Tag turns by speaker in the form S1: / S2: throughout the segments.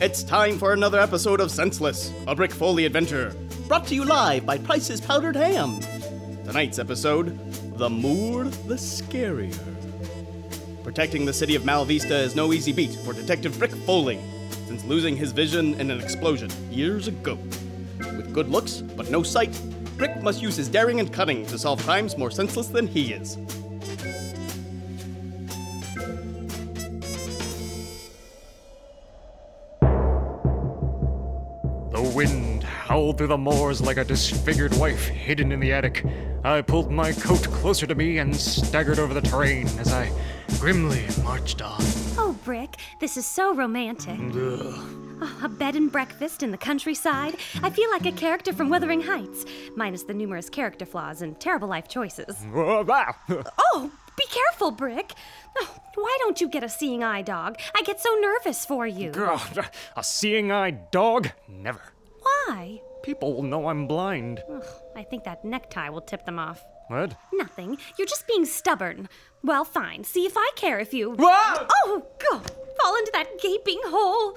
S1: It's time for another episode of Senseless, a Brick Foley adventure. Brought to you live by Price's Powdered Ham. Tonight's episode The More the Scarier. Protecting the city of Malvista is no easy beat for Detective Brick Foley, since losing his vision in an explosion years ago. With good looks, but no sight, Brick must use his daring and cunning to solve crimes more senseless than he is.
S2: The wind howled through the moors like a disfigured wife hidden in the attic. I pulled my coat closer to me and staggered over the terrain as I grimly marched on.
S3: Oh, Brick, this is so romantic.
S2: Mm-hmm.
S3: Oh, a bed and breakfast in the countryside. I feel like a character from Wuthering Heights, minus the numerous character flaws and terrible life
S2: Mm-hmm.
S3: choices. Oh, be careful, Brick. Oh, why don't you get a seeing eye dog? I get so nervous for you.
S2: Ugh, A seeing eyed dog? Never.
S3: Why?
S2: People will know I'm blind.
S3: Ugh, I think that necktie will tip them off.
S2: What?
S3: Nothing. You're just being stubborn. Well, fine. See if I care if you.
S2: Whoa!
S3: Oh, go! Fall into that gaping hole. Oh,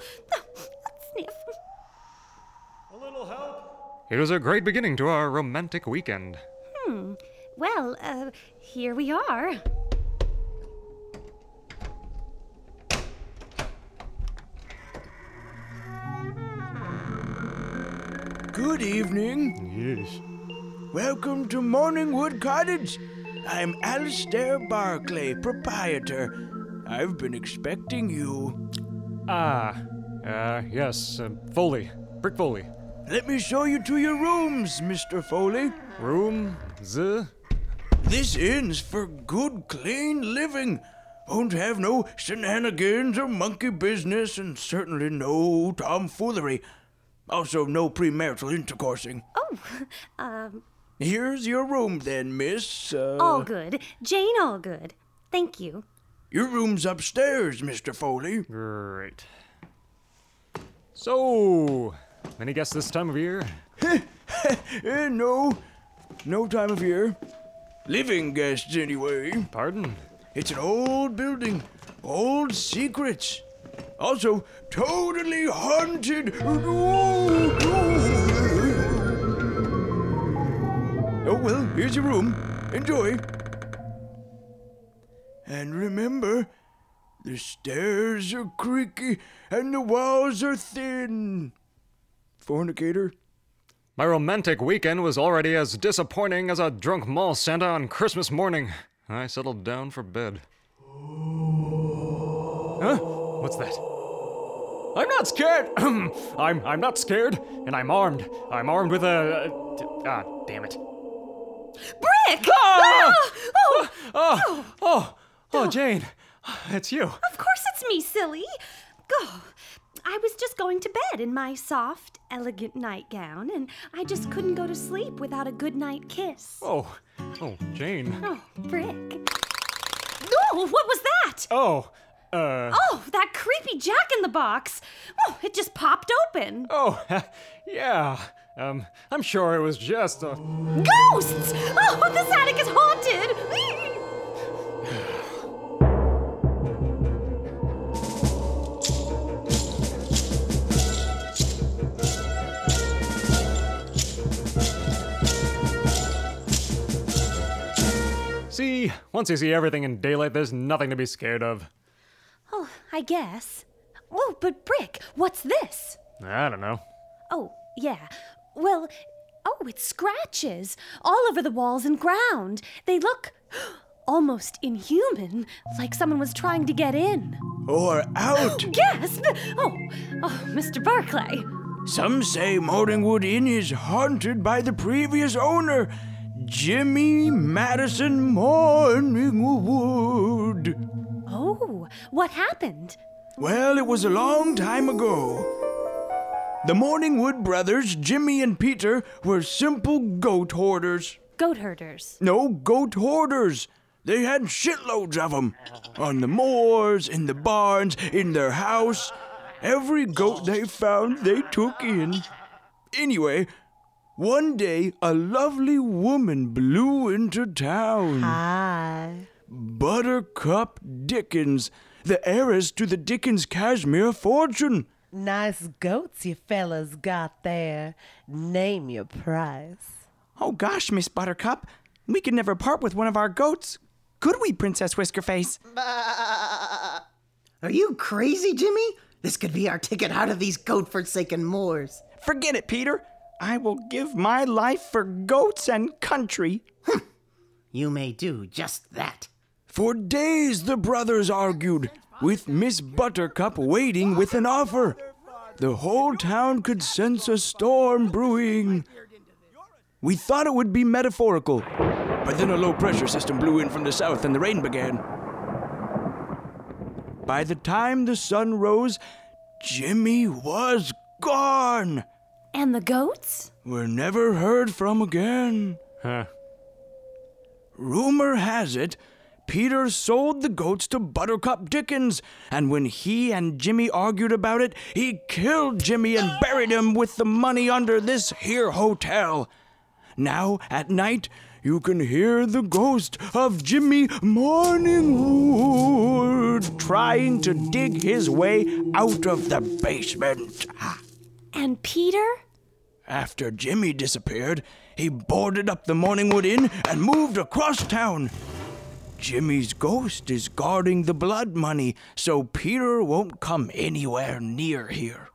S3: Sniff.
S2: It was a great beginning to our romantic weekend.
S3: Well, uh, here we are.
S4: Good evening.
S2: Yes.
S4: Welcome to Morningwood Cottage. I'm Alistair Barclay, proprietor. I've been expecting you.
S2: Ah, uh, yes, uh, Foley. Brick Foley.
S4: Let me show you to your rooms, Mr. Foley.
S2: Room, z.
S4: This inn's for good, clean living. Won't have no shenanigans or monkey business, and certainly no tomfoolery. Also, no premarital intercoursing.
S3: Oh, um,
S4: Here's your room, then, miss. Uh,
S3: Allgood. Jane Allgood. Thank you.
S4: Your room's upstairs, Mr. Foley.
S2: Great. So, any guess this time of year?
S4: Eh, no. No time of year. Living guests, anyway.
S2: Pardon?
S4: It's an old building. Old secrets. Also, totally haunted. Oh, well, here's your room. Enjoy. And remember, the stairs are creaky and the walls are thin. Fornicator?
S2: My romantic weekend was already as disappointing as a drunk mall Santa on Christmas morning. I settled down for bed. Huh? What's that? I'm not scared. I'm I'm not scared, and I'm armed. I'm armed with a. a- d- Ah, damn it.
S3: Brick!
S2: Ah!
S3: Oh,
S2: Oh, oh, oh, Jane, it's you.
S3: of course it's me, silly. Go. I was just going to bed in my soft, elegant nightgown, and I just couldn't go to sleep without a good night kiss.
S2: Oh, oh, Jane.
S3: Oh, Brick. No, what was that?
S2: Oh, uh.
S3: Oh, that creepy jack in the box. Oh, it just popped open.
S2: Oh, yeah. Um, I'm sure it was just a.
S3: Ghosts! Oh, this attic is haunted!
S2: See, once you see everything in daylight, there's nothing to be scared of.
S3: Oh, I guess. Oh, but Brick, what's this?
S2: I don't know.
S3: Oh, yeah. Well, oh, it scratches all over the walls and ground. They look almost inhuman, like someone was trying to get in.
S4: Or out.
S3: Yes! Oh, oh, Mr. Barclay.
S4: Some say Morningwood Inn is haunted by the previous owner, Jimmy Madison Morningwood.
S3: Oh, what happened?
S4: Well, it was a long time ago. The Morningwood brothers, Jimmy and Peter, were simple goat hoarders.
S3: Goat herders.
S4: No, goat hoarders. They had shitloads of 'em On the moors, in the barns, in their house. Every goat they found, they took in. Anyway, one day a lovely woman blew into town. Buttercup Dickens, the heiress to the Dickens Cashmere fortune.
S5: Nice goats you fellas got there. Name your price.
S6: Oh gosh, Miss Buttercup, we could never part with one of our goats. Could we, Princess Whiskerface?
S7: Are you crazy, Jimmy? This could be our ticket out of these godforsaken moors.
S6: Forget it, Peter. I will give my life for goats and country.
S7: You may do just that.
S4: For days the brothers argued, with Miss Buttercup waiting with an offer. The whole town could sense a storm brewing. We thought it would be metaphorical, but then a low pressure system blew in from the south and the rain began. By the time the sun rose, Jimmy was gone.
S3: And the goats?
S4: Were never heard from again.
S2: Huh.
S4: Rumor has it, Peter sold the goats to Buttercup Dickens, and when he and Jimmy argued about it, he killed Jimmy and buried him with the money under this here hotel. Now, at night, you can hear the ghost of Jimmy Morningwood trying to dig his way out of the basement.
S3: And Peter?
S4: After Jimmy disappeared, he boarded up the Morningwood Inn and moved across town. Jimmy's ghost is guarding the blood money, so Peter won't come anywhere near here.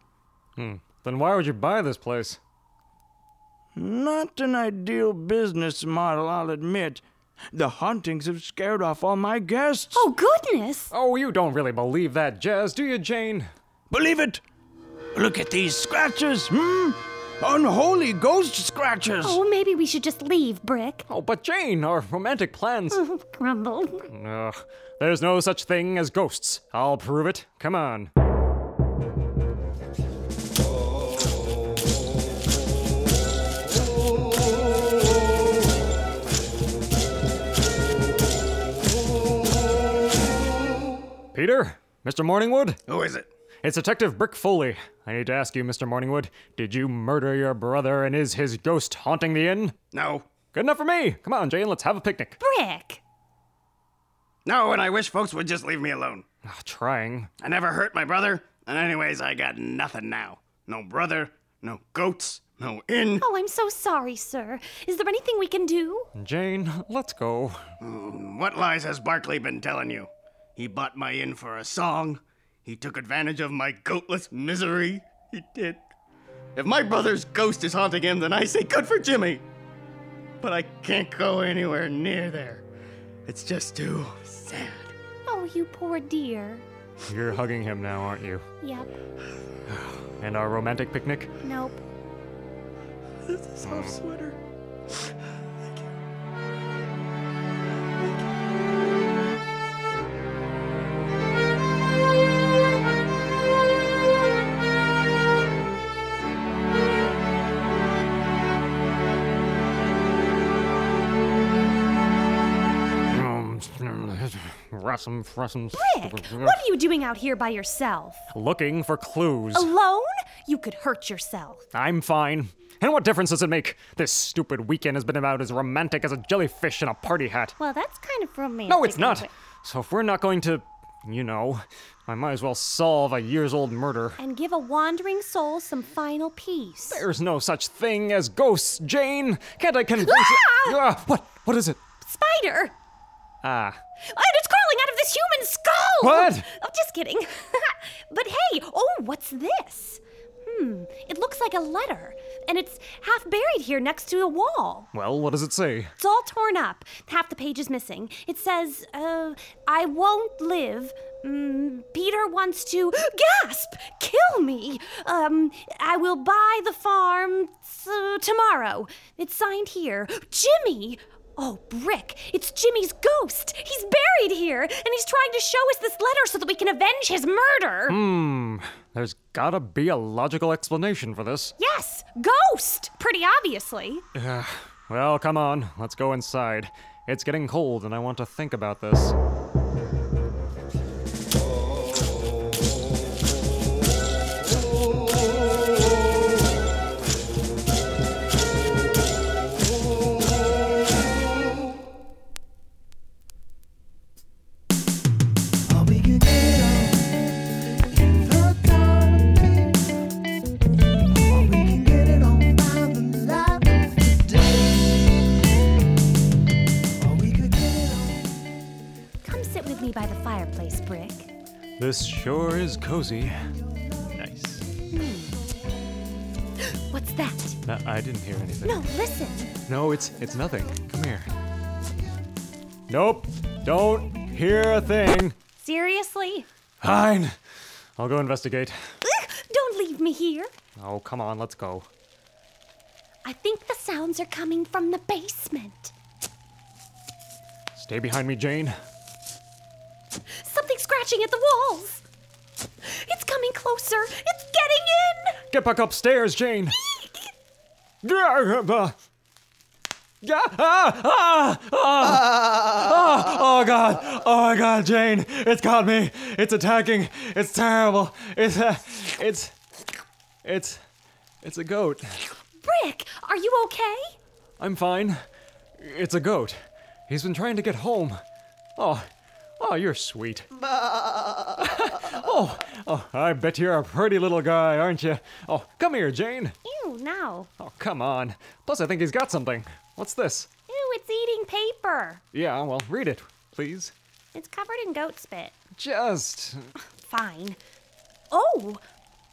S2: Then why would you buy this place?
S4: Not an ideal business model, I'll admit. The hauntings have scared off all my guests.
S3: Oh, goodness!
S2: Oh, you don't really believe that jazz, do you, Jane?
S4: Believe it! Look at these scratches, hmm? Unholy ghost scratches!
S3: Oh, maybe we should just leave, Brick.
S2: Oh, but Jane, our romantic plans.
S3: Grumble.
S2: Ugh, there's no such thing as ghosts. I'll prove it. Come on. Peter? Mr. Morningwood?
S4: Who is it?
S2: It's Detective Brick Foley. I need to ask you, Mr. Morningwood, did you murder your brother and is his ghost haunting the inn?
S6: No.
S2: Good enough for me. Come on, Jane, let's have a picnic.
S3: Brick!
S6: No, and I wish folks would just leave me alone.
S2: Ah, trying.
S6: I never hurt my brother, and anyways, I got nothing now. No brother, no goats, no inn.
S3: Oh, I'm so sorry, sir. Is there anything we can do?
S2: Jane, let's go.
S6: What lies has Barkley been telling you? He bought my inn for a song. He took advantage of my goatless misery. He did.
S1: If my brother's ghost is haunting him, then I say good for Jimmy. But I can't go anywhere near there. It's just too sad.
S3: Oh, you poor dear.
S2: You're hugging him now, aren't you?
S3: Yep.
S2: And our romantic picnic?
S3: Nope.
S1: This is soft sweater.
S2: Rossum, frossum,
S3: Brick, what are you doing out here by yourself?
S2: looking for clues.
S3: Alone? You could hurt yourself.
S2: I'm fine. And what difference does it make? This stupid weekend has been about as romantic as a jellyfish in a party hat.
S3: Well, that's kind of romantic.
S2: No, it's
S3: in a
S2: not.
S3: way.
S2: So if we're not going to, you know, I might as well solve a years old murder.
S3: And give a wandering soul some final peace.
S2: There's no such thing as ghosts, Jane. Can't I convince you? Ah, what? What is it?
S3: Spider!
S2: Ah.
S3: And it's crawling out of this human skull!
S2: What?
S3: Oh, just kidding. but hey, oh, what's this? Hmm, it looks like a letter, and it's half buried here next to a wall.
S2: Well, what does it say?
S3: It's all torn up. Half the page is missing. It says, uh, I won't live. Mm, Peter wants to gasp, kill me. Um, I will buy the farm t- tomorrow. It's signed here. Jimmy! Oh, Brick, it's Jimmy's ghost. He's buried here, and he's trying to show us this letter so that we can avenge his murder.
S2: There's gotta be a logical explanation for this.
S3: Yes, ghost! Pretty obviously.
S2: Well, come on, let's go inside. It's getting cold and I want to think about this.
S8: All we can get on in the coffee
S3: sit with me by the fireplace, Brick.
S2: This sure is cozy.
S1: Nice.
S3: What's that?
S2: Uh, I didn't hear anything.
S3: No, listen.
S2: No, it's it's nothing. Come here. Nope. Don't hear a thing.
S3: Seriously?
S2: Fine. I'll go investigate.
S3: Ugh, Don't leave me here.
S2: Oh, come on, let's go.
S3: I think the sounds are coming from the basement.
S2: Stay behind me, Jane.
S3: Something scratching at the walls. It's coming closer. It's getting in.
S2: Get back upstairs, Jane. Yeah, uh, yeah, ah, ah, ah, ah, oh god, oh my god, Jane, it's got me. It's attacking. It's terrible. It's uh, it's it's it's a goat.
S3: Brick, are you okay?
S2: I'm fine. It's a goat. He's been trying to get home. Oh, oh, you're sweet. oh, oh, I bet you're a pretty little guy, aren't you? Oh, come here, Jane.
S3: Ew, no.
S2: Oh, come on. Plus, I think he's got something. What's this?
S3: Ew, it's eating paper.
S2: Yeah, well, read it, please.
S3: It's covered in goat spit.
S2: Just.
S3: Fine. Oh!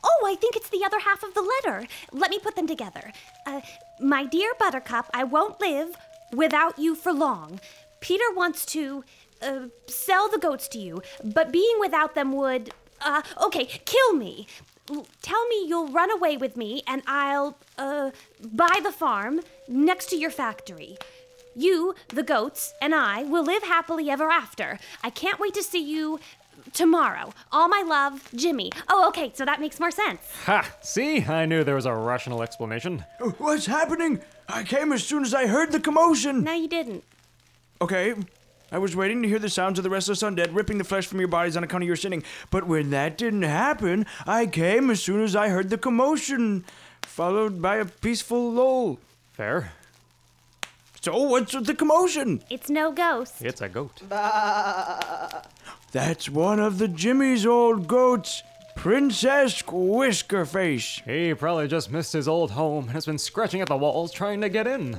S3: Oh, I think it's the other half of the letter. Let me put them together. Uh, my dear Buttercup, I won't live without you for long. Peter wants to uh, sell the goats to you, but being without them would, uh, okay, kill me. L- Tell me you'll run away with me and I'll uh, buy the farm next to your factory. You, the goats, and I will live happily ever after. I can't wait to see you tomorrow. All my love, Jimmy. Oh, okay, so that makes more sense.
S2: Ha! See? I knew there was a rational explanation.
S4: What's happening? I came as soon as I heard the commotion.
S3: No, you didn't.
S4: Okay. I was waiting to hear the sounds of the restless undead ripping the flesh from your bodies on account of your sinning. But when that didn't happen, I came as soon as I heard the commotion, followed by a peaceful lull.
S2: Fair.
S4: So, what's with the commotion?
S3: It's no ghost.
S2: It's a goat.
S4: That's one of the Jimmy's old goats, Princess Whiskerface.
S2: He probably just missed his old home and has been scratching at the walls trying to get in.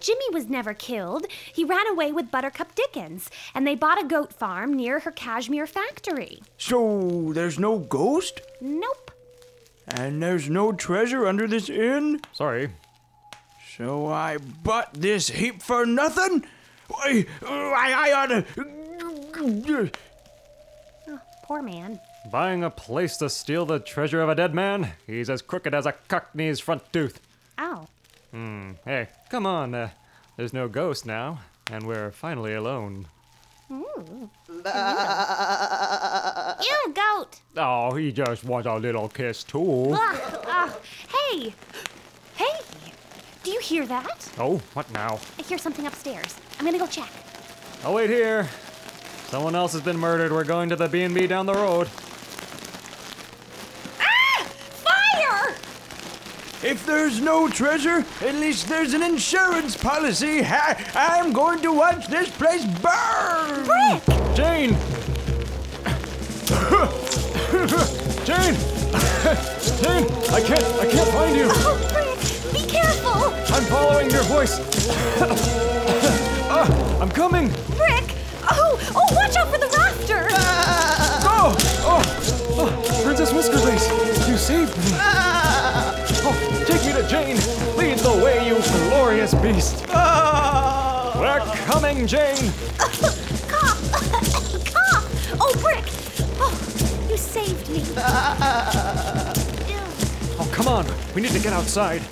S3: Jimmy was never killed. He ran away with Buttercup Dickens, and they bought a goat farm near her cashmere factory.
S4: So, there's no ghost?
S3: Nope.
S4: And there's no treasure under this inn?
S2: Sorry.
S4: So I bought this heap for nothing? Why, I, I oughta.
S3: Oh, poor man.
S2: Buying a place to steal the treasure of a dead man? He's as crooked as a cockney's front tooth.
S3: Ow.
S2: Hey, come on. Uh, there's no ghost now, and we're finally alone.
S3: Ooh. Ew, goat.
S2: Oh, he just wants a little kiss, too.
S3: Ugh, ugh. Hey. Hey. Do you hear that?
S2: Oh, what now?
S3: I hear something upstairs. I'm gonna go check.
S2: I'll wait here. Someone else has been murdered. We're going to the B&B down the road.
S3: Ah! Fire!
S4: If there's no treasure, at least there's an insurance policy. I, I'm going to watch this place burn!
S3: Brick!
S2: Jane! Jane! Jane! I can't I can't find you!
S3: Oh, Brick! Be careful!
S2: I'm following your voice! Ah, I'm coming!
S3: Brick! Oh! Oh, watch out for the rafter!
S2: Oh! Oh! oh Princess Whiskerface! You saved me! Oh, take me to Jane! Lead the way, you glorious beast! We're coming, Jane!
S3: Cop! Cop! Oh, Brick! Oh, you saved me. Ew.
S2: Oh, come on! We need to get outside!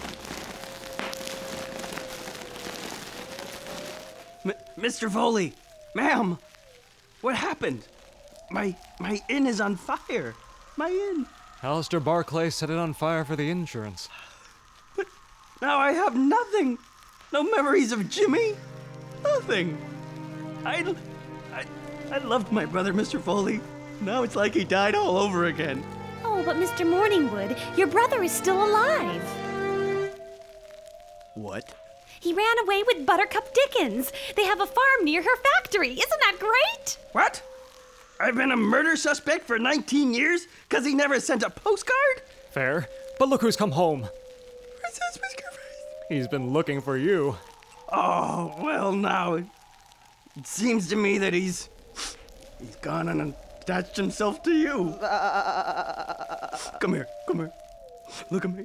S6: M- Mr. Foley, ma'am, what happened? My my inn is on fire. My inn.
S2: Alistair Barclay set it on fire for the insurance.
S6: Now I have nothing. No memories of Jimmy. Nothing. I, l- I, I loved my brother, Mr. Foley. Now it's like he died all over again.
S3: Oh, but Mr. Morningwood, your brother is still alive.
S6: What?
S3: He ran away with Buttercup Dickens. They have a farm near her factory. Isn't that great?
S6: What? I've been a murder suspect for 19 years because he never sent a postcard?
S2: Fair. But look who's come home.
S6: Princess Whiskerface.
S2: He's been looking for you.
S6: Oh, well, now it, it seems to me that he's He's gone and attached himself to you. Come here, come here. Look at me.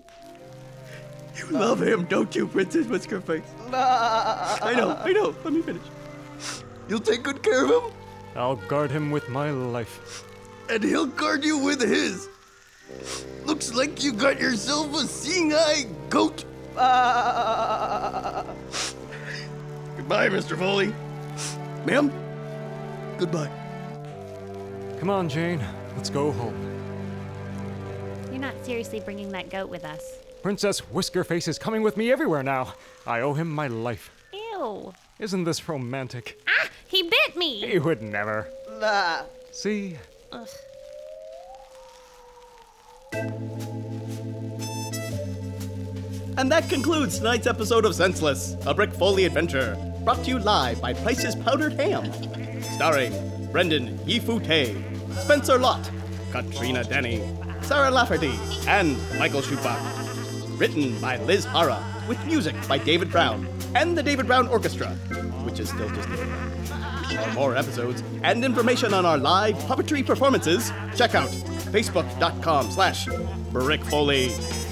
S6: You love him, don't you, Princess Whiskerface? I know, I know. Let me finish. You'll take good care of him,
S2: I'll guard him with my life.
S6: and he'll guard you with his. Looks like you got yourself a seeing eye goat. Goodbye, Mr. Foley. Ma'am, goodbye.
S2: Come on, Jane. Let's go home.
S3: You're not seriously bringing that goat with us.
S2: Princess Whiskerface is coming with me everywhere now. I owe him my life.
S3: Ew.
S2: Isn't this romantic?
S3: Ah, he bit me.
S2: He would never. See?
S1: And that concludes tonight's episode of Senseless, a Brick Foley adventure, brought to you live by Price's Powdered Ham. Starring Brendan Yifu Tay, Spencer Lott, Katrina Denny, Sarah Lafferty, and Michael Schubach. Written by Liz Hara, with music by David Brown and the David Brown Orchestra, which is still just David Brown. For more episodes and information on our live puppetry performances, check out facebook.com slash Brick Foley.